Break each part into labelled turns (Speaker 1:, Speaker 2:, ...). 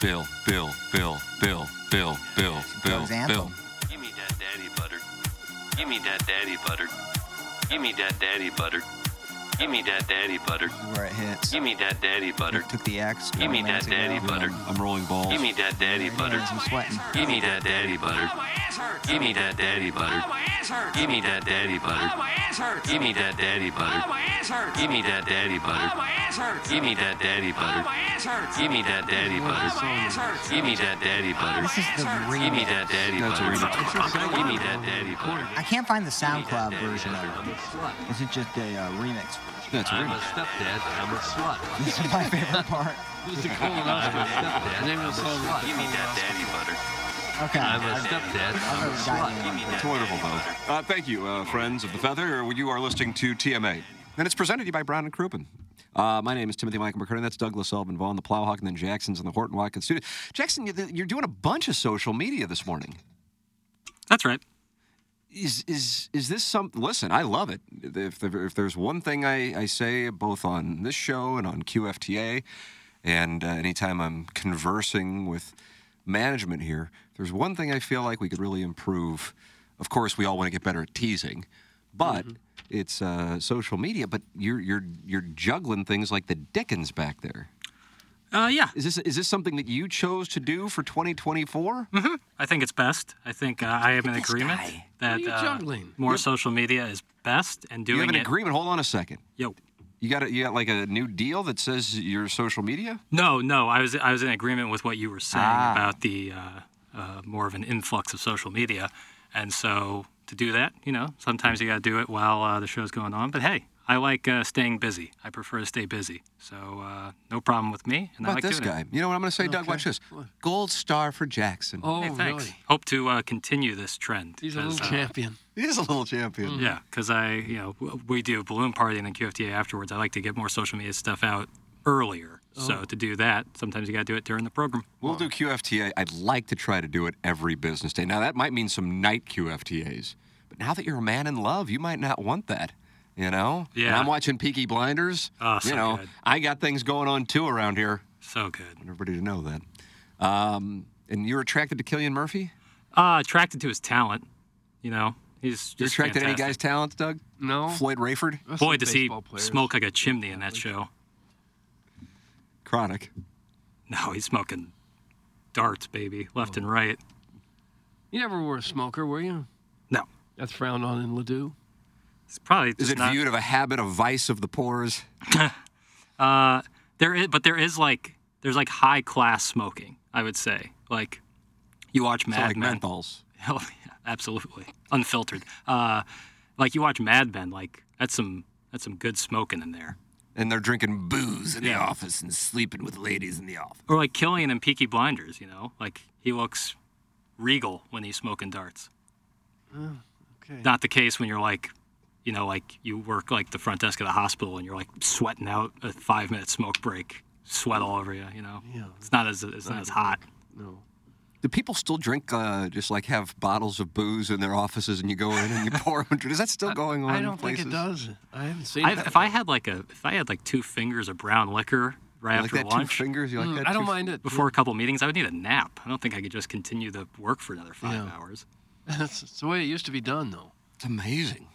Speaker 1: Bill, Bill, Bill, Bill, Bill, Bill, Bill, Bill.
Speaker 2: example.
Speaker 3: Give me that daddy butter. Give me that daddy butter. Give me that daddy butter. Give me that daddy butter.
Speaker 2: where it hits.
Speaker 3: Give me that daddy butter.
Speaker 2: Took the X.
Speaker 3: Give me that daddy butter.
Speaker 1: I'm rolling balls.
Speaker 3: Give me that daddy butter.
Speaker 2: I'm sweating.
Speaker 3: Give me that daddy butter. Give me that daddy butter. Give me that daddy butter. Give me that daddy butter. Give me that daddy butter. Give me that daddy butter. Give me that daddy butter. Give me that daddy butter.
Speaker 2: This is the
Speaker 3: Give me
Speaker 2: remix.
Speaker 3: that daddy
Speaker 1: That's a
Speaker 3: butter.
Speaker 1: remix.
Speaker 3: Give me that daddy butter.
Speaker 2: I can't find the SoundCloud version of it. Is it just a uh, remix version?
Speaker 1: That's
Speaker 3: I'm a
Speaker 1: right.
Speaker 3: stepdad. I'm a slut.
Speaker 2: This is my favorite part.
Speaker 1: Who's the colonoscopy? Name of the song.
Speaker 3: Give me that daddy butter.
Speaker 2: Okay.
Speaker 3: I'm a
Speaker 2: I-
Speaker 3: stepdad.
Speaker 2: I've
Speaker 3: I'm a
Speaker 2: already
Speaker 3: slut.
Speaker 2: gotten
Speaker 3: Give me
Speaker 2: it.
Speaker 3: that
Speaker 1: It's wonderful, though. Uh, thank you, uh, friends of the feather. You are listening to TMA, and it's presented to you by Brown and Crouppen. Uh, my name is Timothy Michael McCurdy. That's Douglas Sullivan Vaughn, the Plowhawk, and then Jackson's in the Horton Watkins studio. Jackson, you- you're doing a bunch of social media this morning.
Speaker 4: That's right.
Speaker 1: Is is is this some? Listen, I love it. If there, if there's one thing I, I say both on this show and on QFTA, and uh, anytime I'm conversing with management here, there's one thing I feel like we could really improve. Of course, we all want to get better at teasing, but
Speaker 4: Mm-hmm.
Speaker 1: it's uh, social media. But you're you're you're juggling things like the Dickens back there.
Speaker 4: Uh, yeah,
Speaker 1: Is this is this something that you chose to do for
Speaker 4: Mm-hmm.
Speaker 1: 2024?
Speaker 4: I think it's best. I think uh, I am in agreement that
Speaker 5: you
Speaker 4: uh,
Speaker 5: juggling?
Speaker 4: more social media is best and doing
Speaker 1: You have an
Speaker 4: it.
Speaker 1: agreement. Hold on a second.
Speaker 4: Yo,
Speaker 1: You got a, you got like a new deal that says your social media.
Speaker 4: no, no, I was I was in agreement with what you were saying
Speaker 5: Ah.
Speaker 4: about the uh, uh, more of an influx of social media, and so to do that, you know, sometimes you got to do it while uh, the show's going on. But hey, I like uh, staying busy. I prefer to stay busy, so uh, no problem with me. And I
Speaker 1: About
Speaker 4: like
Speaker 1: this
Speaker 4: doing
Speaker 1: guy.
Speaker 4: It.
Speaker 1: You know what I'm going to say, Doug? Watch this. Gold star for Jackson.
Speaker 5: Oh,
Speaker 4: Hey, thanks.
Speaker 5: really?
Speaker 4: Hope to uh, continue this trend.
Speaker 5: He's a
Speaker 4: 'cause,
Speaker 5: little
Speaker 4: uh,
Speaker 5: champion.
Speaker 1: He is a little champion.
Speaker 4: Yeah, because I, you know, w- we do a balloon party and then QFTA afterwards. I like to get more social media stuff out earlier.
Speaker 1: Oh.
Speaker 4: So to do that, sometimes you got to do it during the program.
Speaker 1: We'll do QFTA. I'd like to try to do it every business day. Now that might mean some night QFTAs, but now that you're a man in love, you might not want that. You know? And
Speaker 4: Yeah.
Speaker 1: I'm watching Peaky Blinders.
Speaker 4: Oh,
Speaker 1: you
Speaker 4: so
Speaker 1: know,
Speaker 4: good.
Speaker 1: I got things going on too around here.
Speaker 4: So good.
Speaker 1: Want everybody to know that. Um, and you're attracted to Killian Murphy?
Speaker 4: Uh, attracted to his talent, you know, he's just
Speaker 1: You're attracted to any guy's
Speaker 4: fantastic.
Speaker 1: talents, Doug?
Speaker 5: No.
Speaker 1: Floyd Rayford?
Speaker 5: That's
Speaker 4: Boy,
Speaker 5: some
Speaker 4: does he
Speaker 5: baseball players.
Speaker 4: smoke like a chimney in that show.
Speaker 1: Chronic.
Speaker 4: No, he's smoking darts, baby, left
Speaker 5: Oh.
Speaker 4: and right.
Speaker 5: You never were a smoker, were you?
Speaker 4: No,
Speaker 5: That's frowned on in Ladue.
Speaker 4: it's probably
Speaker 1: Is
Speaker 4: just
Speaker 1: it
Speaker 4: not.
Speaker 1: viewed of a habit of vice of the pores?
Speaker 4: There is, but there is like there's like high class smoking. I would say like you watch
Speaker 1: So
Speaker 4: Mad
Speaker 1: like
Speaker 4: Men.
Speaker 1: menthols.
Speaker 4: Hell yeah, absolutely. Unfiltered. Uh, like you watch Mad Men, like that's some that's some good smoking in there.
Speaker 1: And they're drinking booze in the
Speaker 4: Yeah.
Speaker 1: office and sleeping with ladies in the office.
Speaker 4: Or like Killian and Peaky Blinders, you know? Like he looks regal when he's smoking darts.
Speaker 5: okay.
Speaker 4: Not the case when you're like you know, like you work like the front desk of the hospital and you're like sweating out a five minute smoke break, sweat all over you, you know? Yeah. It's not as it's not as hot.
Speaker 5: No.
Speaker 1: Do people still drink, uh, just like have bottles of booze in their offices and you go in and you pour them? Is that still going on?
Speaker 5: I
Speaker 1: in
Speaker 5: don't think it
Speaker 1: places?
Speaker 5: does. I haven't seen
Speaker 4: I,
Speaker 5: it.
Speaker 4: if I had like a if I had like two fingers of brown liquor right
Speaker 1: You like
Speaker 4: after
Speaker 1: that
Speaker 4: lunch,
Speaker 1: two fingers? You like that
Speaker 5: Mm, I don't
Speaker 1: two-
Speaker 5: mind it.
Speaker 4: before a couple meetings, I would need a nap. I don't think I could just continue the work for another five
Speaker 5: Yeah.
Speaker 4: hours.
Speaker 5: That's it's the way it used to be done, though.
Speaker 1: It's amazing.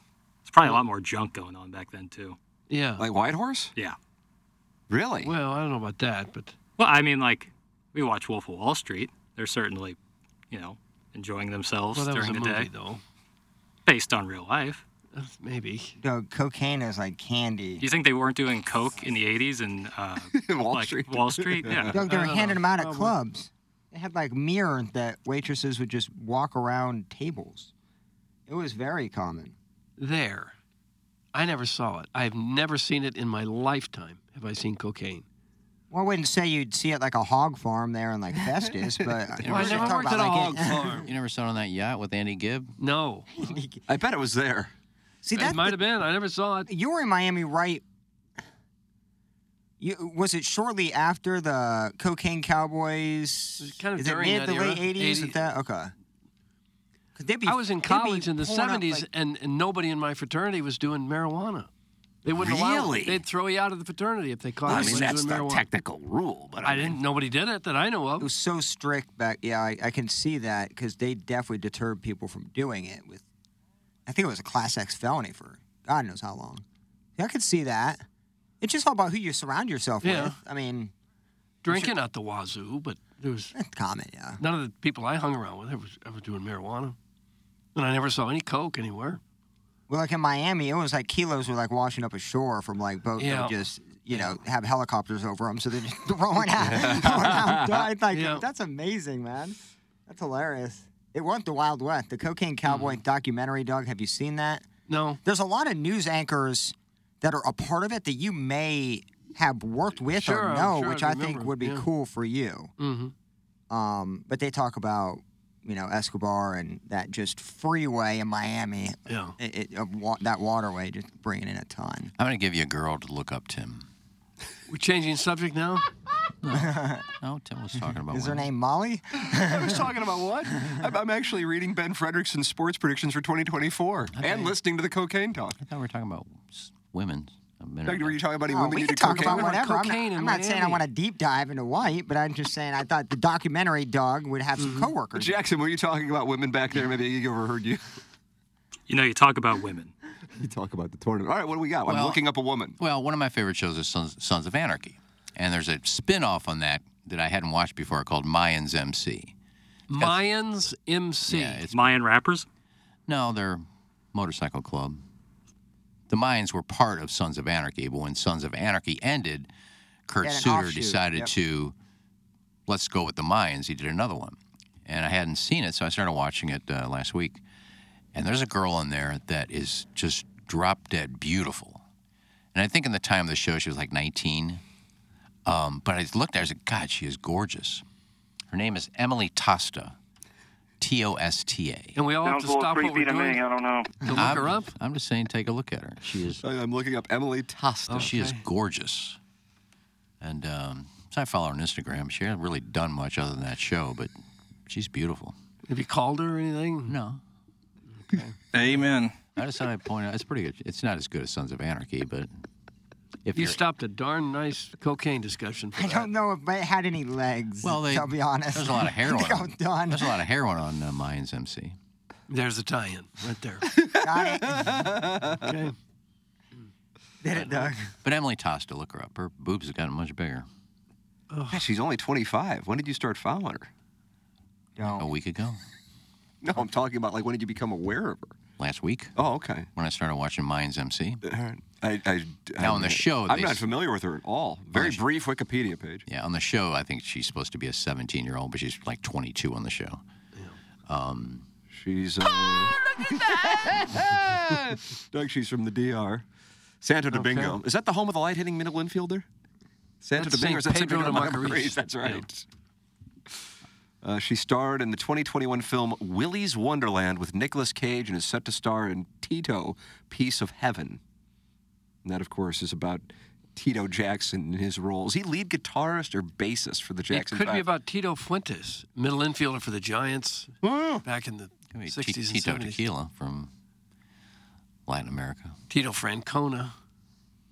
Speaker 4: It's probably a lot more junk going on back then too.
Speaker 5: Yeah.
Speaker 1: Like White Horse?
Speaker 4: Yeah,
Speaker 1: Really?
Speaker 5: Well, I don't know about that, but
Speaker 4: Well, I mean, like, we watch Wolf of Wall Street. They're certainly, you know, enjoying themselves
Speaker 5: well, that was
Speaker 4: during
Speaker 5: a
Speaker 4: the
Speaker 5: movie,
Speaker 4: day
Speaker 5: though.
Speaker 4: based on real life.
Speaker 5: Uh, Maybe.
Speaker 2: No, cocaine is like candy.
Speaker 4: Do you think they weren't doing coke in the 80s and uh,
Speaker 1: Wall
Speaker 4: like
Speaker 1: Street.
Speaker 4: Wall Street? Yeah.
Speaker 2: Doug, they were
Speaker 5: don't
Speaker 2: handing
Speaker 5: know.
Speaker 2: them out at
Speaker 5: Probably.
Speaker 2: clubs. They had like mirrors that waitresses would just walk around tables. It was very common.
Speaker 5: There. I never saw it. I've never seen it in my lifetime. Have I seen cocaine?
Speaker 2: Well, I wouldn't say you'd see it like a hog farm there in like Festus, but uh,
Speaker 5: Well, I
Speaker 2: we're just
Speaker 5: never
Speaker 2: talking
Speaker 5: worked at a
Speaker 2: about,
Speaker 5: hog
Speaker 2: like, it-
Speaker 5: farm.
Speaker 6: You never saw it on that yacht with Andy Gibb?
Speaker 5: No.
Speaker 1: I bet it was there.
Speaker 2: See,
Speaker 5: It
Speaker 2: that's
Speaker 5: might
Speaker 2: the
Speaker 5: have been. I never saw it.
Speaker 2: you were in Miami, right? You, was it shortly after the Cocaine Cowboys?
Speaker 5: was kind of
Speaker 2: is it
Speaker 5: during
Speaker 2: mid
Speaker 5: that
Speaker 2: the
Speaker 5: era,
Speaker 2: late '80s?
Speaker 5: 80.
Speaker 2: With that okay? 'Cause they'd be-
Speaker 5: I was in
Speaker 2: they'd be
Speaker 5: college in the
Speaker 2: pulling up,
Speaker 5: 70s,
Speaker 2: like-
Speaker 5: and, and nobody in my fraternity was doing marijuana. They wouldn't allow
Speaker 1: Really?
Speaker 5: it. They'd throw you out of the fraternity if they caught you doing marijuana.
Speaker 6: technical rule, but
Speaker 5: I didn't. Nobody did it that I know
Speaker 2: it
Speaker 5: of.
Speaker 2: was so strict back. Yeah, I, I can see that because they definitely deterred people from doing it. With, I think it was a class X felony for God knows how long. Yeah, I could see that. It's just all about who you surround yourself
Speaker 5: Yeah.
Speaker 2: with. I mean,
Speaker 5: Drinking at the wazoo, but there was
Speaker 2: that's common. Yeah.
Speaker 5: none of the people I hung around with ever, ever doing marijuana, and I never saw any coke anywhere.
Speaker 2: Well, like in Miami, it was like kilos were like washing up ashore from like boats that
Speaker 5: Yeah.
Speaker 2: would just, you know, have helicopters over them. So they're just throwing out. throwing out dirt. like,
Speaker 5: Yeah.
Speaker 2: That's amazing, man. That's hilarious. It wasn't the Wild West. The Cocaine
Speaker 5: Hmm.
Speaker 2: Cowboy documentary, Doug, have you seen that?
Speaker 5: No,
Speaker 2: There's a lot of news anchors that are a part of it that you may have worked with
Speaker 5: Sure,
Speaker 2: or
Speaker 5: I'm
Speaker 2: know,
Speaker 5: sure I
Speaker 2: which I think
Speaker 5: remember,
Speaker 2: would be
Speaker 5: yeah. Mm-hmm.
Speaker 2: cool for you. Um, but they talk about, you know, Escobar and that just freeway in Miami
Speaker 5: yeah.
Speaker 2: it, it, of wa- that waterway just bringing in a ton.
Speaker 6: I'm going to give you a girl to look up, Tim.
Speaker 5: We're changing subject now.
Speaker 6: No, Oh, Tim was talking
Speaker 5: Oh,
Speaker 6: about
Speaker 2: Is her
Speaker 6: women.
Speaker 2: name Molly?
Speaker 1: I was talking about what? I'm, I'm actually reading Ben Fredrickson's sports predictions for 2024 and listening to the cocaine talk.
Speaker 6: I thought we were talking about s- women. A minute
Speaker 1: Doug,
Speaker 6: ago.
Speaker 1: were you talking about any
Speaker 2: Oh,
Speaker 1: women
Speaker 2: we
Speaker 1: you
Speaker 2: can
Speaker 1: do
Speaker 2: talk
Speaker 1: cocaine
Speaker 2: about
Speaker 1: with?
Speaker 5: What about
Speaker 2: whatever. I'm-
Speaker 5: cocaine
Speaker 2: I'm,
Speaker 5: in
Speaker 2: not saying I
Speaker 5: Miami?
Speaker 2: want to deep dive into White, but I'm just saying I thought the documentary Doug would have
Speaker 5: Mm-hmm.
Speaker 2: some coworkers.
Speaker 1: Jackson, were you talking about women back there? Maybe you overheard you.
Speaker 4: You know, you talk about women.
Speaker 1: You talk about the tournament. All right, what do we got? I'm
Speaker 6: Well-
Speaker 1: looking up a woman.
Speaker 6: Well, one of my favorite shows is Sons, Sons of Anarchy. And there's a spin off on that that I hadn't watched before called Mayans MC.
Speaker 5: Mayans MC.
Speaker 6: Yeah, it's,
Speaker 4: Mayan rappers?
Speaker 6: no, they're motorcycle club. The Mayans were part of Sons of Anarchy, but when Sons of Anarchy ended, Kurt
Speaker 2: They had an
Speaker 6: Suter
Speaker 2: offshoot,
Speaker 6: decided
Speaker 2: yep.
Speaker 6: to let's go with the Mayans. He did another one, and I hadn't seen it, so I started watching it uh, last week. And there's a girl in there that is just drop dead beautiful, and I think in the time of the show she was like 19. Um, but I looked at her, I said, "God, she is gorgeous." Her name is Emily Tosta, T O S T A.
Speaker 5: And we all have to stop what we're doing to
Speaker 3: I don't know.
Speaker 5: look
Speaker 6: I'm-
Speaker 5: her up.
Speaker 6: I'm just saying, take a look at her. She is
Speaker 1: I- I'm looking up Emily Tosta.
Speaker 6: she is gorgeous. And um, so I follow her on Instagram. She hasn't really done much other than that show, but she's beautiful.
Speaker 5: Have you called her or anything?
Speaker 6: No. Oh.
Speaker 3: Amen.
Speaker 6: I just thought I'd point out, it's pretty good. It's not as good as Sons of Anarchy, but if
Speaker 5: You
Speaker 6: are
Speaker 5: stopped a darn nice cocaine discussion. For
Speaker 2: I
Speaker 5: that.
Speaker 2: don't know if it had any legs.
Speaker 6: Well, they-
Speaker 2: to be honest,
Speaker 6: there's a lot of
Speaker 2: I think
Speaker 6: heroin.
Speaker 2: I'm done.
Speaker 6: There's a lot of heroin on uh, Mayans MC.
Speaker 5: There's the tie-in right there.
Speaker 2: Got it.
Speaker 5: Okay.
Speaker 2: Did it, Doug?
Speaker 6: But Emily Tosta, look her up. Her boobs have gotten much bigger
Speaker 1: Yeah, she's only 25. When did you start following her?
Speaker 6: a week ago,
Speaker 1: No, I'm talking about like when did you become aware of her?
Speaker 6: last week,
Speaker 1: Oh, okay.
Speaker 6: when I started watching Mayans MC.
Speaker 1: All right. I, I,
Speaker 6: Now on the show,
Speaker 1: I'm
Speaker 6: they
Speaker 1: not
Speaker 6: s-
Speaker 1: familiar with her at all. Very brief Wikipedia page.
Speaker 6: Yeah, on the show, I think she's supposed to be a 17 year old, but she's like 22 on the show.
Speaker 1: She's. Uh, Doug, she's from the DR. Santo Domingo. Is that the home of the light hitting middle infielder? Santo
Speaker 5: That's
Speaker 1: Domingo.
Speaker 5: Saint
Speaker 1: Is that San
Speaker 5: Pedro
Speaker 1: Pedro de
Speaker 5: de Macorís.
Speaker 1: Macorís? That's right. Uh, she starred in the 2021 film Willy's Wonderland with Nicolas Cage and is set to star in Tito, Piece of Heaven. And that, of course, is about Tito Jackson and his role. Is he lead guitarist or bassist for the
Speaker 5: It
Speaker 1: Jackson
Speaker 5: could be
Speaker 1: Five?
Speaker 5: about Tito Fuentes, middle infielder for the Giants
Speaker 1: Oh.
Speaker 5: back in the
Speaker 6: I mean,
Speaker 5: 60s and
Speaker 6: Tito
Speaker 5: 70s.
Speaker 6: Tequila from Latin America.
Speaker 5: Tito Francona.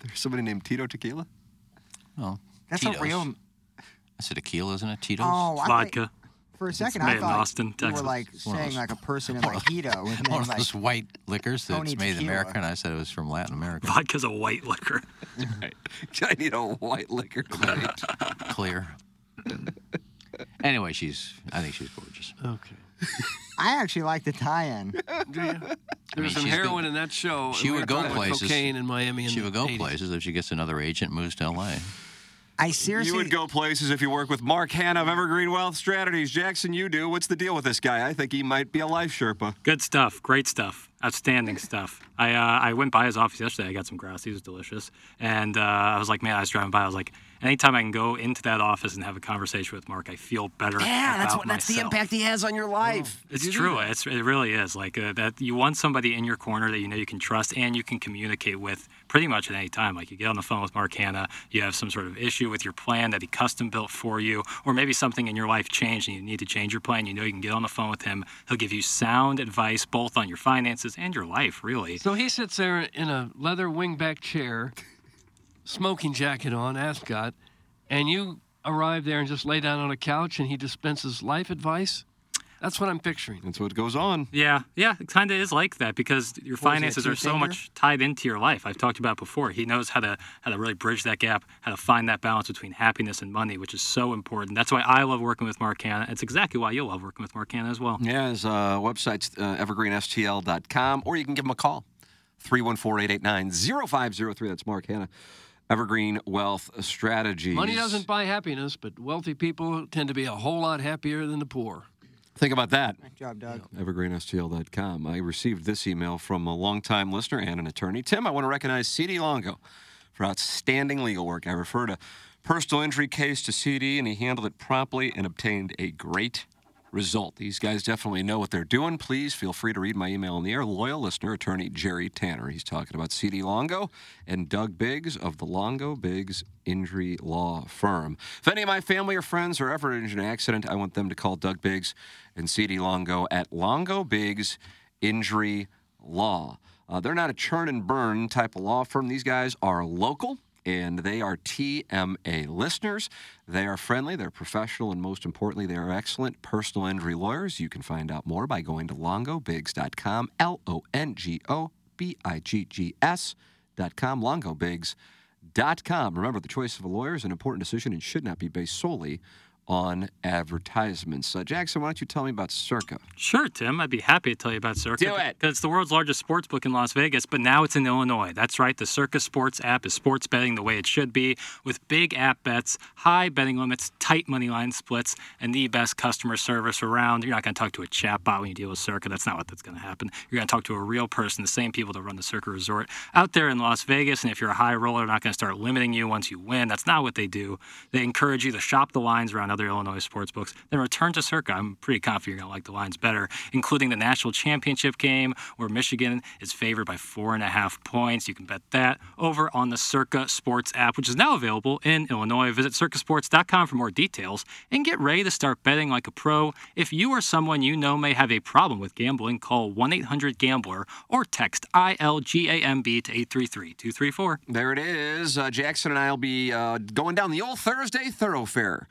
Speaker 1: There's somebody named Tito Tequila?
Speaker 6: Well,
Speaker 2: That's
Speaker 6: Tito's.
Speaker 2: a real.
Speaker 6: That's a tequila, isn't it? Tito's.
Speaker 2: Oh, I thought-
Speaker 4: Vodka.
Speaker 2: for a second,
Speaker 4: made
Speaker 2: I
Speaker 4: in
Speaker 2: thought
Speaker 4: Austin,
Speaker 2: you were
Speaker 4: Texas.
Speaker 2: like
Speaker 6: It's one of
Speaker 2: saying
Speaker 6: those-
Speaker 2: like a person in like Hito, and
Speaker 6: One
Speaker 2: then
Speaker 6: of
Speaker 2: like
Speaker 6: those white liquors that's
Speaker 2: Tony
Speaker 6: made in
Speaker 2: tequila.
Speaker 6: America, and I said it was from Latin America.
Speaker 4: Vodka's a white liquor.
Speaker 1: I need a white liquor tonight.
Speaker 6: Clear. anyway, she's. I think she's gorgeous.
Speaker 5: Okay.
Speaker 2: I actually like the tie-in.
Speaker 5: There was
Speaker 6: mean,
Speaker 5: some
Speaker 6: she's
Speaker 5: heroin
Speaker 6: been-
Speaker 5: in that show. and
Speaker 6: she
Speaker 5: we
Speaker 6: would
Speaker 5: were
Speaker 6: go
Speaker 5: talking about
Speaker 6: places.
Speaker 5: Cocaine in Miami. In
Speaker 6: She
Speaker 5: the
Speaker 6: would go
Speaker 5: 80s.
Speaker 6: places if she gets another agent, and moves to L.A.
Speaker 2: I seriously
Speaker 1: You would go places if you work with Mark Hanna of Evergreen Wealth Strategies. Jackson, you do. What's the deal with this guy? I think he might be a life Sherpa.
Speaker 4: Good stuff. Great stuff. Outstanding stuff. I uh, I went by his office yesterday. I got some grouse. He was delicious. And uh, I was like, man, I was driving by. I was like, anytime I can go into that office and have a conversation with Mark, I feel better.
Speaker 5: Yeah, that's
Speaker 4: about
Speaker 5: what. That's the
Speaker 4: myself.
Speaker 5: impact he has on your life.
Speaker 4: It's true. It's, it really is. Like uh, that, you want somebody in your corner that you know you can trust and you can communicate with pretty much at any time. Like you get on the phone with Mark Hanna, you have some sort of issue with your plan that he custom built for you, or maybe something in your life changed and you need to change your plan. You know you can get on the phone with him. He'll give you sound advice both on your finances and your life, really.
Speaker 5: So he sits there in a leather wingback chair, smoking jacket on, ascot, and you arrive there and just lay down on a couch and he dispenses life advice. That's what I'm picturing.
Speaker 1: That's what goes on.
Speaker 4: Yeah, yeah, it kind of is like that because your finances are so
Speaker 2: two-finger?
Speaker 4: much tied into your life. I've talked about before. He knows how to how to really bridge that gap, how to find that balance between happiness and money, which is so important. That's why I love working with Mark Hanna. It's exactly why you'll love working with Mark Hanna as well.
Speaker 1: Yeah, his uh, website's uh, evergreenstl.com, or you can give him a call 314 889 0503. That's Mark Hanna, Evergreen Wealth Strategies.
Speaker 5: Money doesn't buy happiness, but wealthy people tend to be a whole lot happier than the poor.
Speaker 1: Think about that.
Speaker 2: job, Doug.
Speaker 1: evergreenstl.com. I received this email from a longtime listener and an attorney. Tim, I want to recognize CD Longo for outstanding legal work. I referred a personal injury case to CD, and he handled it promptly and obtained a great result. These guys definitely know what they're doing. Please feel free to read my email in the air. Loyal listener, attorney Jerry Tanner. He's talking about CD Longo and Doug Biggs of the Longo Biggs Injury Law Firm. If any of my family or friends are ever injured in an accident, I want them to call Doug Biggs and CD Longo at Longo Biggs Injury Law. Uh, they're not a churn and burn type of law firm. These guys are local and they are TMA listeners. They are friendly, they're professional, and most importantly, they are excellent personal injury lawyers. You can find out more by going to longobigs.com, L O N G O B I G G S.com, longobigs.com. Remember, the choice of a lawyer is an important decision and should not be based solely on advertisements. Uh, Jackson, why don't you tell me about Circa?
Speaker 4: Sure, Tim. I'd be happy to tell you about Circa.
Speaker 1: Do it.
Speaker 4: 'cause It's the world's largest sports book in Las Vegas, but now it's in Illinois. That's right. The Circa Sports app is sports betting the way it should be, with big app bets, high betting limits, tight money line splits, and the best customer service around. You're not going to talk to a chatbot when you deal with Circa. That's not what that's going to happen. You're going to talk to a real person, the same people that run the Circa Resort out there in Las Vegas. And if you're a high roller, they're not going to start limiting you once you win. That's not what they do. They encourage you to shop the lines around other Illinois sports books, then return to Circa. I'm pretty confident you're going to like the lines better, including the national championship game where Michigan is favored by four and a half points. You can bet that over on the Circa Sports app, which is now available in Illinois. Visit circasports.com for more details and get ready to start betting like a pro. If you or someone you know may have a problem with gambling, call 1 800 Gambler or text ILGAMB to 833 234.
Speaker 1: There it is. Uh, Jackson and I will be uh, going down the old Thursday thoroughfare.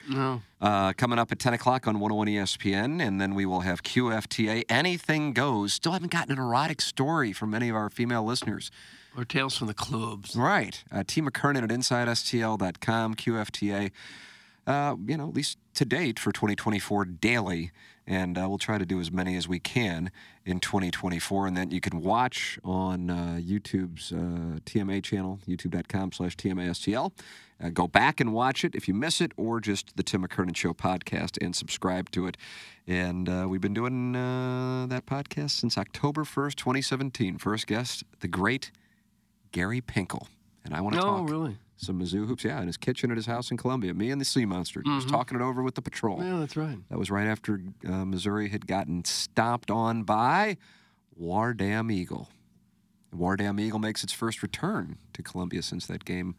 Speaker 1: Uh, coming up at 10 o'clock on 101 ESPN, and then we will have QFTA Anything Goes. Still haven't gotten an erotic story from any of our female listeners.
Speaker 5: Or tales from the clubs.
Speaker 1: Right. Uh, T. McKernan at InsideSTL.com, QFTA. Uh, you know, at least to date for 2024 daily. And uh, we'll try to do as many as we can in 2024. And then you can watch on uh, YouTube's uh, TMA channel, youtube.com slash TMASTL. Uh, go back and watch it if you miss it, or just the Tim McKernan Show podcast and subscribe to it. And uh, we've been doing uh, that podcast since October 1st, 2017. First guest, the great Gary Pinkel. And I want to
Speaker 5: No,
Speaker 1: talk
Speaker 5: really.
Speaker 1: some Mizzou hoops. Yeah, in his kitchen at his house in Columbia. Me and the Sea Monster just talking it over with the patrol.
Speaker 5: Mm-hmm. Yeah, that's right.
Speaker 1: That was right after uh, Missouri had gotten stomped on by Wardam Eagle. Wardam Eagle makes its first return to Columbia since that game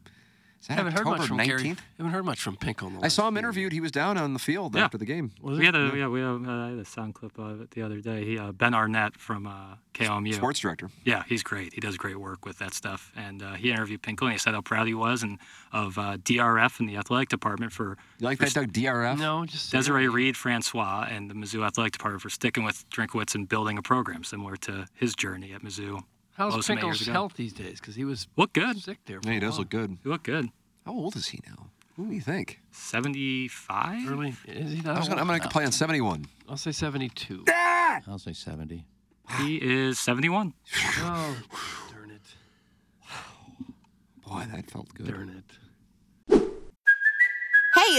Speaker 1: Is that
Speaker 5: haven't heard
Speaker 1: October
Speaker 5: much from
Speaker 1: 19th?
Speaker 5: Gary. Haven't heard much from Pink on the
Speaker 1: I
Speaker 5: last
Speaker 1: saw him
Speaker 5: few
Speaker 1: interviewed. He was down on the field
Speaker 4: Yeah.
Speaker 1: after the game.
Speaker 4: we had a yeah, we had, uh, I had a sound clip of it the other day. He, uh, ben Arnett from uh, KLMU.
Speaker 1: Sports director.
Speaker 4: Yeah, he's great. He does great work with that stuff. And uh, he interviewed Pinkel and he said how proud he was and of uh, DRF and the athletic department for
Speaker 1: You like that, Doug? DRF?
Speaker 5: years. No, just
Speaker 4: Desiree Reed Francois and the Mizzou athletic department for sticking with Drinkwitz and building a program similar to his journey at Mizzou.
Speaker 5: How's
Speaker 4: Close many years
Speaker 5: Pinkel's
Speaker 4: ago.
Speaker 5: health these days? Because he was
Speaker 4: Look good.
Speaker 5: sick there. For
Speaker 1: Yeah, he
Speaker 5: a
Speaker 1: does
Speaker 5: while.
Speaker 1: look good.
Speaker 4: You look good.
Speaker 1: How old is he now? What do you think?
Speaker 4: Seventy-five.
Speaker 5: Early, is he not?
Speaker 1: I was gonna, I'm
Speaker 5: old?
Speaker 1: going to play on 71.
Speaker 5: I'll say 72.
Speaker 6: I'll say 70.
Speaker 4: He is seventy-one.
Speaker 5: oh, darn it!
Speaker 1: Boy, that felt good.
Speaker 5: Darn it!
Speaker 7: Hey,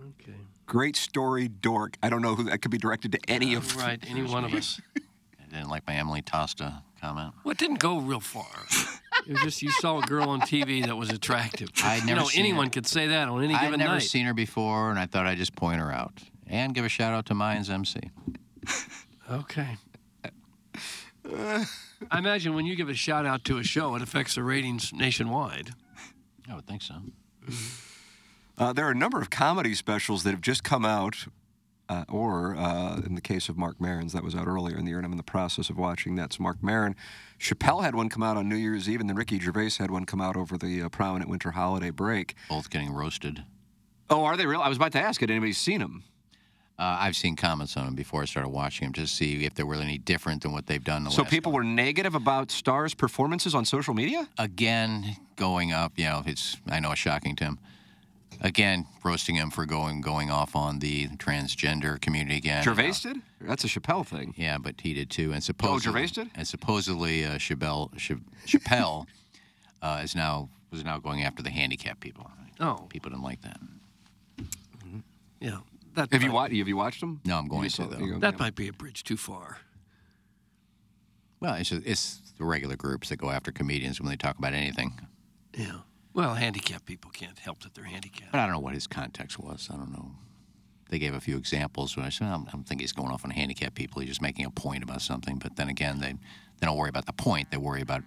Speaker 5: Okay.
Speaker 1: Great story, dork. I don't know who that could be directed to any of.
Speaker 5: Right, any one of us.
Speaker 6: I didn't like my Emily Tosta comment.
Speaker 5: Well, it didn't go real far. It was just you saw a girl on TV that was attractive.
Speaker 6: I'd
Speaker 5: you
Speaker 6: never
Speaker 5: know,
Speaker 6: seen
Speaker 5: anyone
Speaker 6: her.
Speaker 5: could say that on any
Speaker 6: I'd
Speaker 5: given
Speaker 6: never
Speaker 5: night.
Speaker 6: seen her before, and I thought I'd just point her out and give a shout out to Minds MC.
Speaker 5: Okay. I imagine when you give a shout out to a show, it affects the ratings nationwide.
Speaker 6: I would think so.
Speaker 1: Uh, there are a number of comedy specials that have just come out, uh, or uh, in the case of Mark Maron's, that was out earlier in the year, and I'm in the process of watching that's Mark Maron. Chappelle had one come out on New Year's Eve, and then Ricky Gervais had one come out over the uh, prominent winter holiday break.
Speaker 6: Both getting roasted.
Speaker 1: Oh, are they real? I was about to ask, had anybody seen them?
Speaker 6: Uh, I've seen comments on them before I started watching them just to see if they were any different than what they've done the
Speaker 1: So
Speaker 6: last
Speaker 1: people were negative about stars' performances on social media?
Speaker 6: again going up. You know, it's I know it's shocking to him. Again, roasting him for going going off on the transgender community again.
Speaker 1: Gervais did? That's a Chappelle thing.
Speaker 6: Yeah, but he did too, and supposedly
Speaker 1: Gervais did?
Speaker 6: and supposedly uh, Chappelle Ch- Chappelle uh, is now was now going after the handicapped people.
Speaker 5: Oh,
Speaker 6: People didn't like that.
Speaker 5: yeah. That
Speaker 1: Have you,
Speaker 5: might,
Speaker 1: wa- have you watched them?
Speaker 6: No, I'm going
Speaker 1: just
Speaker 6: to
Speaker 1: saw-
Speaker 6: though.
Speaker 1: you go-
Speaker 5: That might be a bridge too far.
Speaker 6: Well, it's just, it's the regular groups that go after comedians when they talk about anything.
Speaker 5: Yeah. Well, handicapped people can't help that they're handicapped.
Speaker 6: But I don't know what his context was. I don't know. They gave a few examples, but I said, I don't I don't think he's going off on handicapped people. He's just making a point about something. But then again, they, they don't worry about the point. They worry about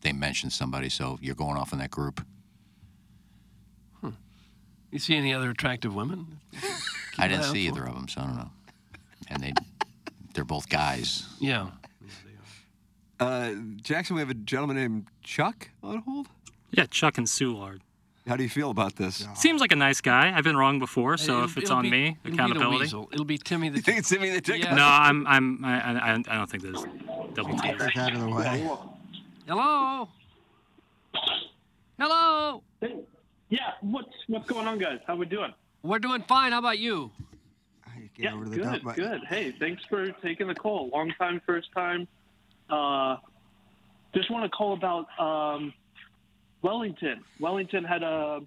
Speaker 6: they mention somebody, so you're going off on that group.
Speaker 5: You see any other attractive women?
Speaker 6: I didn't
Speaker 5: eye out
Speaker 6: see
Speaker 5: for
Speaker 6: either of them, so I don't know. And they, they're both guys.
Speaker 5: Yeah.
Speaker 1: Uh, Jackson, we have a gentleman named Chuck on hold.
Speaker 4: Yeah, Chuck and Soulard.
Speaker 1: How do you feel about this?
Speaker 4: Seems like a nice guy. I've been wrong before, so
Speaker 5: It'll-
Speaker 4: if it's
Speaker 5: Uh, it'll
Speaker 4: on
Speaker 5: be-
Speaker 4: me,
Speaker 5: it'll be the
Speaker 4: accountability.
Speaker 5: weasel. It'll be Timmy the.
Speaker 1: You think it's Timmy the Tick?
Speaker 5: Yeah.
Speaker 4: No, I'm, I'm, I, I, I don't think there's double teams.
Speaker 2: Get out of the way.
Speaker 5: Hello. Hello.
Speaker 8: Yeah, what's what's going on, guys? How we doing?
Speaker 5: We're doing fine. How about you?
Speaker 2: Get
Speaker 8: Yeah,
Speaker 2: over to the
Speaker 8: good,
Speaker 2: dump button.
Speaker 8: good. Hey, thanks for taking the call. Long time, first time. Uh, just want to call about um, Wellington. Wellington had a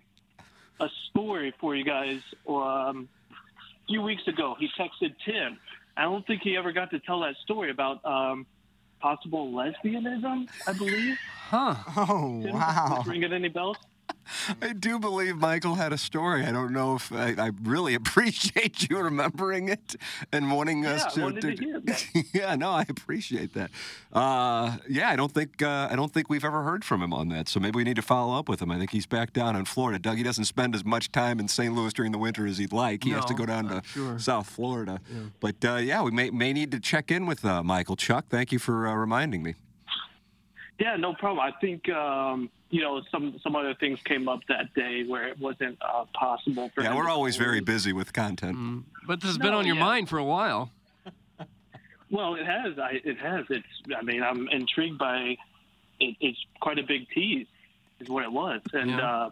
Speaker 8: a story for you guys um, a few weeks ago. He texted Tim. I don't think he ever got to tell that story about um, possible lesbianism. I believe.
Speaker 2: Oh
Speaker 8: Tim,
Speaker 2: wow!
Speaker 8: does Ring it any bells?
Speaker 1: I do believe Michael had a story. I don't know if I, I really appreciate you remembering it and wanting
Speaker 8: Yeah,
Speaker 1: us
Speaker 8: I
Speaker 1: to.
Speaker 8: wanted to hear that.
Speaker 1: yeah, no, I appreciate that. Uh, yeah, I don't think uh, I don't think we've ever heard from him on that. So maybe we need to follow up with him. I think he's back down in Florida. Doug, he doesn't spend as much time in St. Louis during the winter as he'd like. He has to
Speaker 5: No,
Speaker 1: go down
Speaker 5: I'm
Speaker 1: to
Speaker 5: sure.
Speaker 1: South Florida. But uh, yeah, we may, may need to check in with uh, Michael Chuck. Thank you for uh, reminding me.
Speaker 8: Yeah, no problem. I think um, you know some some other things came up that day where it wasn't uh, possible for.
Speaker 1: Yeah,
Speaker 8: him
Speaker 1: we're
Speaker 8: to
Speaker 1: always very
Speaker 8: forward.
Speaker 1: busy with content.
Speaker 5: But this has been
Speaker 8: No,
Speaker 5: on your
Speaker 8: yeah.
Speaker 5: mind for a while.
Speaker 8: Well, it has. I, it has. It's. I mean, I'm intrigued by. It, it's quite a big tease, is what it was, and
Speaker 5: Yeah.
Speaker 8: uh,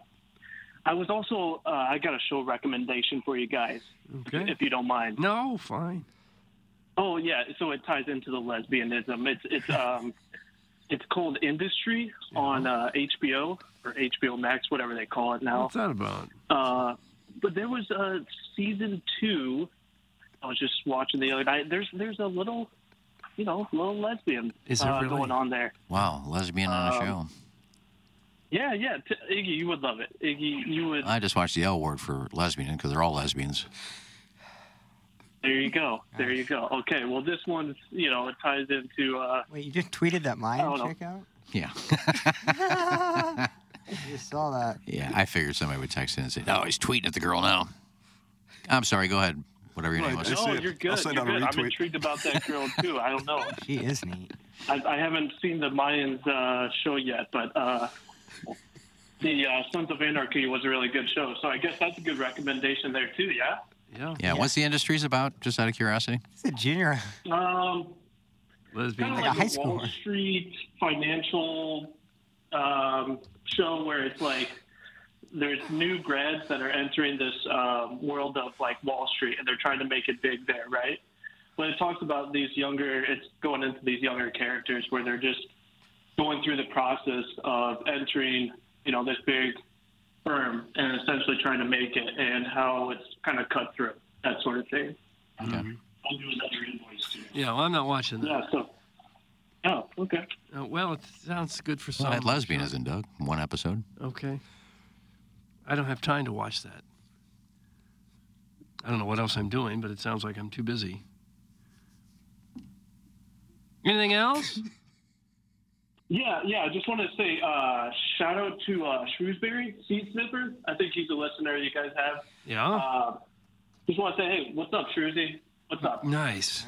Speaker 8: I was also. Uh, I got a show recommendation for you guys,
Speaker 5: Okay.
Speaker 8: if you don't mind.
Speaker 5: No, fine.
Speaker 8: Oh yeah, so it ties into the lesbianism. It's it's um,
Speaker 5: It's called Industry on uh, HBO or HBO Max, whatever they call it now.
Speaker 9: What's that about?
Speaker 5: Uh, but there was a season two. I was just watching the other night. There's there's a little, you know, little lesbian
Speaker 6: Is there
Speaker 5: uh,
Speaker 6: really?
Speaker 5: going on there.
Speaker 6: Wow, lesbian on a
Speaker 5: Um,
Speaker 6: show.
Speaker 5: Yeah, yeah, t- Iggy, you would love it. Iggy, you would.
Speaker 6: I just watched the L word for lesbian because they're all lesbians.
Speaker 5: There you go. There you go. Okay, well, this one's you know it ties into. Uh,
Speaker 2: Wait, you just tweeted that
Speaker 5: I
Speaker 2: Mayan
Speaker 5: don't know.
Speaker 2: chick out?
Speaker 6: Yeah.
Speaker 2: You saw that.
Speaker 6: Yeah, I figured somebody would text in and say, "Oh, he's tweeting at the girl now." I'm sorry. Go ahead. Whatever your name was.
Speaker 5: no, oh, you're good. you're good. I'm intrigued about that girl too. I don't know.
Speaker 2: She is neat.
Speaker 5: I, I haven't seen the Mayans uh, show yet, but uh, the uh, Sons of Anarchy was a really good show. So I guess that's a good recommendation there too. Yeah.
Speaker 9: Yeah.
Speaker 6: Yeah. What's the industry's about? Just out of curiosity.
Speaker 2: It's a junior.
Speaker 5: Um,
Speaker 9: Lesbian.
Speaker 5: Kind of like a Wall Street financial um, show where it's like there's new grads that are entering this um, world of like Wall Street and they're trying to make it big there, right? But it talks about these younger, it's going into these younger characters where they're just going through the process of entering, you know, this big firm and essentially trying to make it and how it's kind of cut through, that sort of thing. I'll do another invoice too.
Speaker 9: Yeah, well, I'm not watching that.
Speaker 5: Yeah, so. Oh, okay.
Speaker 9: Uh, well, it sounds good for
Speaker 6: Well,
Speaker 9: some.
Speaker 6: that lesbian isn't Doug. One episode.
Speaker 9: Okay. I don't have time to watch that. I don't know what else I'm doing, but it sounds like I'm too busy. Anything else?
Speaker 5: Yeah, yeah. I just want to say uh, shout out to uh, Shrewsbury Seed Sniffer. I think he's a listener you guys have.
Speaker 9: Yeah.
Speaker 5: Uh, just want to say, hey, what's up, Shrewsy? What's up?
Speaker 9: nice.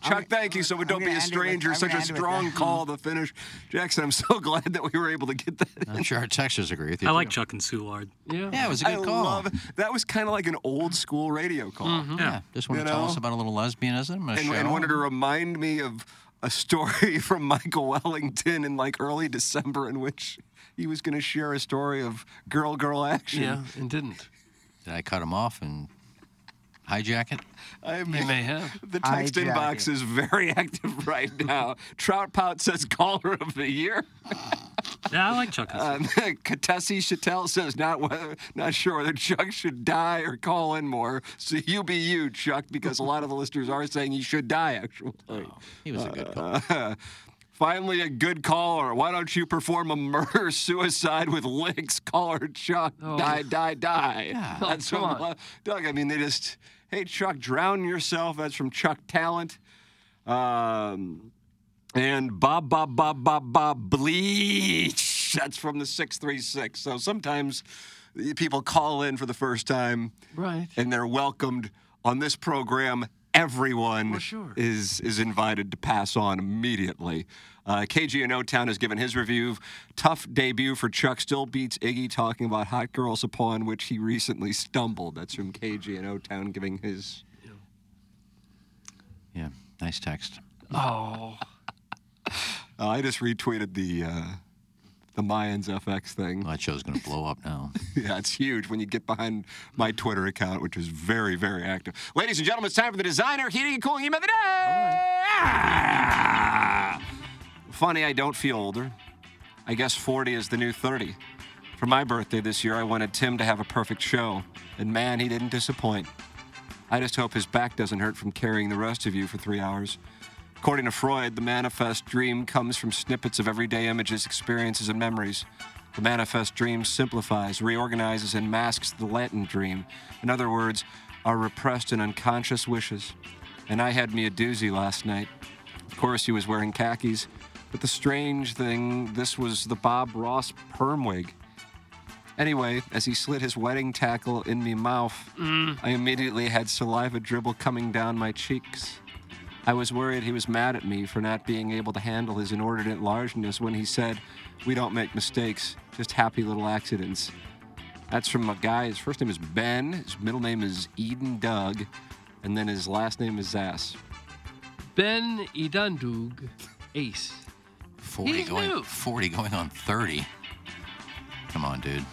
Speaker 1: Chuck, thank you. So it don't be a stranger. Such a strong call to finish. Jackson, I'm so glad that we were able to get that.
Speaker 6: I'm sure our textures agree with you.
Speaker 4: I like Chuck and Soulard.
Speaker 9: Yeah.
Speaker 6: Yeah, it was a good
Speaker 1: I
Speaker 6: call. Mm-hmm.
Speaker 1: love it. that was kind of like an old school radio call.
Speaker 6: Yeah. Just want
Speaker 1: You
Speaker 6: to tell
Speaker 1: know?
Speaker 6: us about a little lesbianism. A
Speaker 1: and,
Speaker 6: show.
Speaker 1: and wanted to remind me of a story from Michael Wellington in like early December in which he was going to share a story of girl girl action.
Speaker 9: Yeah, and didn't.
Speaker 6: Did I cut him off and hijack it?
Speaker 1: I
Speaker 9: You
Speaker 1: mean,
Speaker 9: may have.
Speaker 1: the text
Speaker 2: Hijack
Speaker 1: inbox is very active right now. Trout Pout says caller of the year.
Speaker 4: Yeah, I like Chuck and Soulard.
Speaker 1: Um, Katessi Chattel says not whether, not sure whether Chuck should die or call in more. So you be you, Chuck, because a lot of the listeners are saying he should die. Actually,
Speaker 6: He was a good call.
Speaker 1: Uh, finally a good caller. Why don't you perform a murder suicide with licks? Caller Chuck,
Speaker 9: Oh.
Speaker 1: die, die, die.
Speaker 9: Oh,
Speaker 1: That's
Speaker 9: come
Speaker 1: from
Speaker 9: on.
Speaker 1: Lo- Doug. I mean, they just hey Chuck, drown yourself. That's from Chuck Talent. Um, and Bob, Bob, Bob, Bob, Bob, bleach. That's from the 636. So sometimes people call in for the first time
Speaker 9: Right.
Speaker 1: and they're welcomed on this program. Everyone
Speaker 9: Well, sure.
Speaker 1: is is invited to pass on immediately. Uh, KG in O Town has given his review. Tough debut for Chuck. Still beats Iggy talking about hot girls upon which he recently stumbled. That's from KG in O Town giving his.
Speaker 6: Yeah. Nice text.
Speaker 9: Oh.
Speaker 1: Uh, I just retweeted the uh, the Mayans FX thing.
Speaker 6: Well, that show's going to blow up now.
Speaker 1: Yeah, it's huge when you get behind my Twitter account, which is very, very active. Ladies and gentlemen, it's time for the designer heating and cooling email of the day. Ah! Funny, I don't feel older. I guess 40 is the new 30. For my birthday this year, I wanted Tim to have a perfect show, and man, he didn't disappoint. I just hope his back doesn't hurt from carrying the rest of you for three hours. According to Freud, the manifest dream comes from snippets of everyday images, experiences, and memories. The manifest dream simplifies, reorganizes, and masks the latent dream. In other words, our repressed and unconscious wishes. And I had me a doozy last night. Of course, he was wearing khakis, but the strange thing, this was the Bob Ross perm wig. Anyway, as he slid his wedding tackle in me mouth, I immediately had saliva dribble coming down my cheeks. I was worried he was mad at me for not being able to handle his inordinate largeness when he said, We don't make mistakes, just happy little accidents. That's from a guy, his first name is Ben, his middle name is Eden Doug, and then his last name is Zass.
Speaker 9: Ben Idandug Ace.
Speaker 6: 40
Speaker 9: He's
Speaker 6: going
Speaker 9: new.
Speaker 6: 40 going on 30. Come on, dude.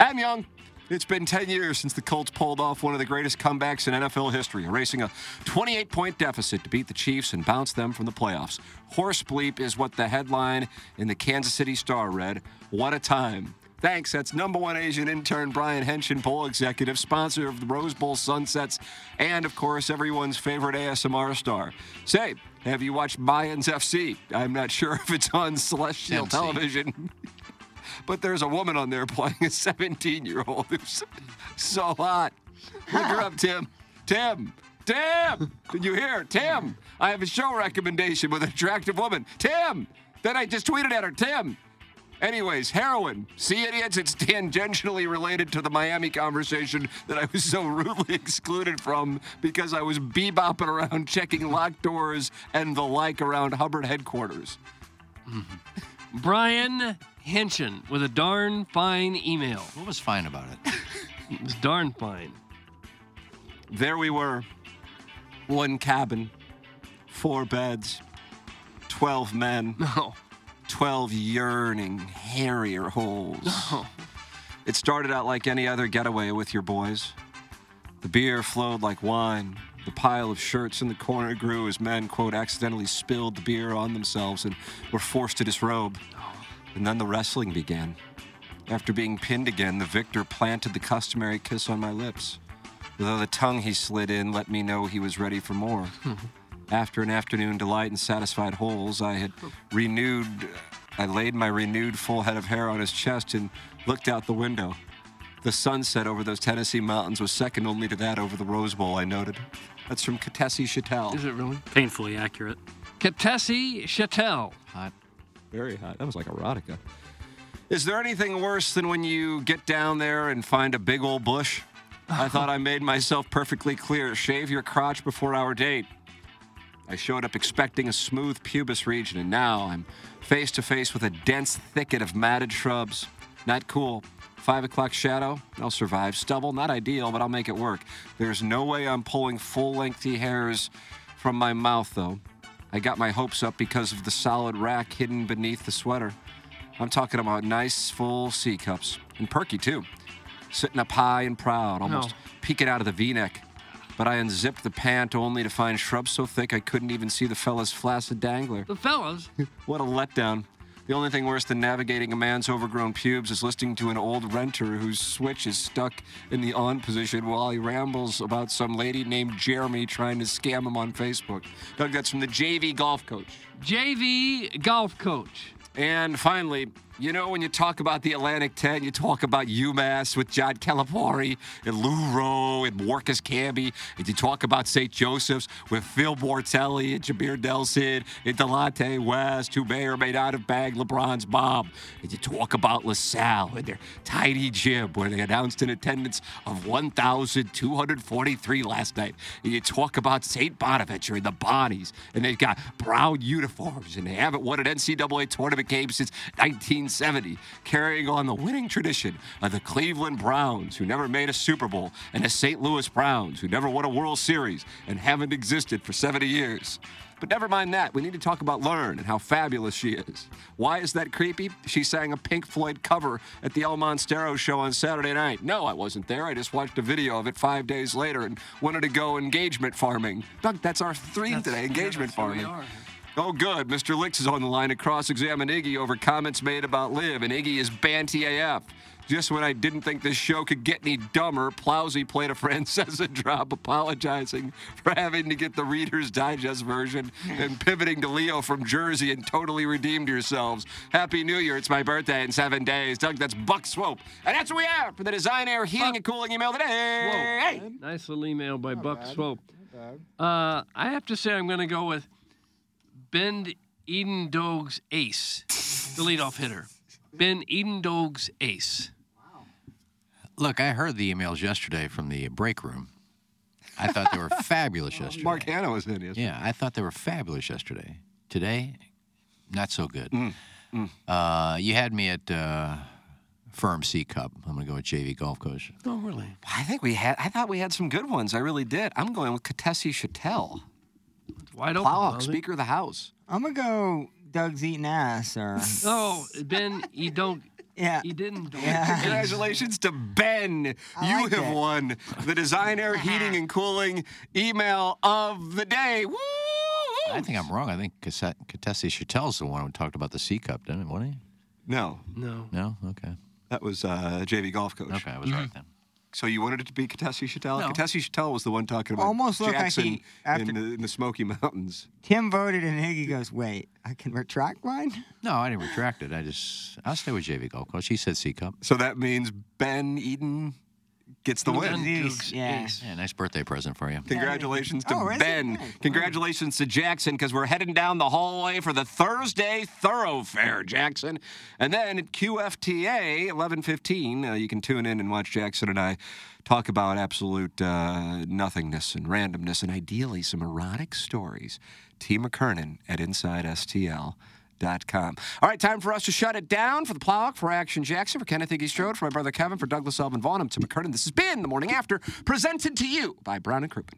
Speaker 1: I'm young. It's been 10 years since the Colts pulled off one of the greatest comebacks in NFL history, erasing a 28 point deficit to beat the Chiefs and bounce them from the playoffs. Horse bleep is what the headline in the Kansas City Star read. What a time. Thanks. That's number one Asian intern Brian Henshin, poll executive, sponsor of the Rose Bowl Sunsets, and of course, everyone's favorite ASMR star. Say, have you watched Mayans FC? I'm not sure if it's on Celestial
Speaker 6: MC.
Speaker 1: Television but there's a woman on there playing a 17 year old who's so hot. Look her up, Tim. Tim. Tim. Did you hear? Tim. I have a show recommendation with an attractive woman. Tim. Then I just tweeted at her. Tim. Anyways, heroin. See, idiots, it's tangentially related to the Miami conversation that I was so rudely excluded from because I was bebopping around checking locked doors and the like around Hubbard headquarters.
Speaker 5: Brian Henson with a darn fine email. What
Speaker 6: was fine about it?
Speaker 5: it was darn fine.
Speaker 1: There we were. One cabin, four beds, 12 men.
Speaker 5: No.
Speaker 1: 12 yearning, hairier holes. It started out like any other getaway with your boys. The beer flowed like wine. The pile of shirts in the corner grew as men, quote, accidentally spilled the beer on themselves and were forced to disrobe. And then the wrestling began. After being pinned again, the victor planted the customary kiss on my lips. Though the tongue he slid in let me know he was ready for more. After an afternoon delight in satisfied holes, I had renewed, I laid my renewed full head of hair on his chest and looked out the window. The sunset over those Tennessee mountains was second only to that over the Rose Bowl, I noted. That's from Katessi Chattel.
Speaker 5: Is it really?
Speaker 4: Painfully accurate.
Speaker 5: Katessi Chattel.
Speaker 6: Hot.
Speaker 1: Very hot. That was like erotica. Is there anything worse than when you get down there and find a big old bush? I thought I made myself perfectly clear. Shave your crotch before our date. I showed up expecting a smooth pubis region, and now I'm face to face with a dense thicket of matted shrubs. Not cool. Five o'clock shadow, I'll survive. Stubble, not ideal, but I'll make it work. There's no way I'm pulling full lengthy hairs from my mouth, though. I got my hopes up because of the solid rack hidden beneath the sweater. I'm talking about nice, full C cups, and perky, too. Sitting up high and proud, almost
Speaker 5: No.
Speaker 1: peeking out of the v neck. But I unzipped the pant only to find shrubs so thick I couldn't even see the fella's flaccid dangler.
Speaker 5: The fellas.
Speaker 1: What a letdown. The only thing worse than navigating a man's overgrown pubes is listening to an old renter whose switch is stuck in the on position while he rambles about some lady named Jeremy trying to scam him on Facebook. Doug, that's from the JV golf coach.
Speaker 5: JV golf coach.
Speaker 1: And finally, you know when you talk about the Atlantic 10, you talk about UMass with John Calipari and Lou Rowe and Marcus Camby, and you talk about St. Joseph's with Phil Bortelli and Jameer Nelson and Delonte West, who may or may not have bagged LeBron's bomb, and you talk about LaSalle and their tiny gym where they announced an attendance of 1,243 last night, and you talk about St. Bonaventure and the Bonnies, and they've got brown uniforms, and they haven't won an NCAA tournament game since 1970, carrying on the winning tradition of the Cleveland Browns, who never made a Super Bowl, and the St. Louis Browns, who never won a World Series and haven't existed for 70 years. But never mind that. We need to talk about Learn and how fabulous she is. Why is that creepy? She sang a Pink Floyd cover at the El Monstero show on Saturday night. No, I wasn't there. I just watched a video of it five days later and wanted to go engagement farming. Doug, that's our theme today engagement farming. Oh, good. Mr. Licks is on the line to cross examine Iggy over comments made about Liv, and Iggy is banty AF. Just when I didn't think this show could get any dumber, Plowsy played a Francesa drop apologizing for having to get the Reader's Digest version and pivoting to Leo from Jersey and totally redeemed yourselves. Happy New Year. It's my birthday in seven days. Doug, that's Buck Swope. And that's what we have for the Design Air Heating and Cooling email today. Hey!
Speaker 5: Nice little email by Buck Swope. Uh, I have to say, I'm going to go with Ben Eden Doge's ace, the leadoff hitter. Ben Eden Doge's ace.
Speaker 6: Look, I heard the emails yesterday from the break room. I thought they were fabulous yesterday.
Speaker 1: Mark Hanna was in yesterday.
Speaker 6: Yeah, I thought they were fabulous yesterday. Today, not so good. Uh, you had me at uh, firm C cup. I'm going to go with JV golf coach.
Speaker 5: Oh, really?
Speaker 1: I think we had. I thought we had some good ones. I really did. I'm going with Katessi Chattel,
Speaker 5: Wide open.
Speaker 1: Plowhawk,
Speaker 5: Lousy.
Speaker 1: Speaker of the House.
Speaker 2: I'm gonna go Doug's eating ass or
Speaker 5: Oh, Ben, you Oh, don't.
Speaker 2: Yeah.
Speaker 5: He didn't. Don.
Speaker 1: Congratulations to Ben. you
Speaker 5: like
Speaker 1: have
Speaker 5: it.
Speaker 1: won the designer heating and cooling email of the day. Woo!
Speaker 6: I think I'm wrong. I think Cassa- Katessi Chattel's the one who talked about the C cup, didn't it? Wasn't he?
Speaker 1: No.
Speaker 5: No.
Speaker 6: No. Okay.
Speaker 1: That was uh, JV golf coach.
Speaker 6: Okay, I was right then.
Speaker 1: So you wanted it to be Katessi Chattel?
Speaker 2: No.
Speaker 1: Katessi Chattel was the one talking about
Speaker 2: Almost looked like
Speaker 1: Jackson
Speaker 2: he- after-
Speaker 1: in, the, in the Smoky Mountains.
Speaker 2: Tim voted, and Higgy goes, "Wait, I can retract mine."
Speaker 6: No, I didn't retract it. I just I'll stay with JV Golf Coach. He said C cup.
Speaker 1: So that means Ben Eden gets the win.
Speaker 2: yeah.
Speaker 6: Yeah, nice birthday present for you.
Speaker 1: Congratulations to
Speaker 6: Oh, is it?
Speaker 1: Ben. Congratulations to Jackson because we're heading down the hallway for the Thursday thoroughfare, Jackson. And then at QFTA 11:15, uh, you can tune in and watch Jackson and I talk about absolute uh, nothingness and randomness and ideally some erotic stories. T. McKernan at InsideSTL.com. All right, time for us to shut it down for the Plowhawk, for Action Jackson, for Kenneth Iggy Strode, for my brother Kevin, for Douglas Elvin Vaughn. I'm Tim McKernan. This has been The Morning After, presented to you by Brown and Crouppen.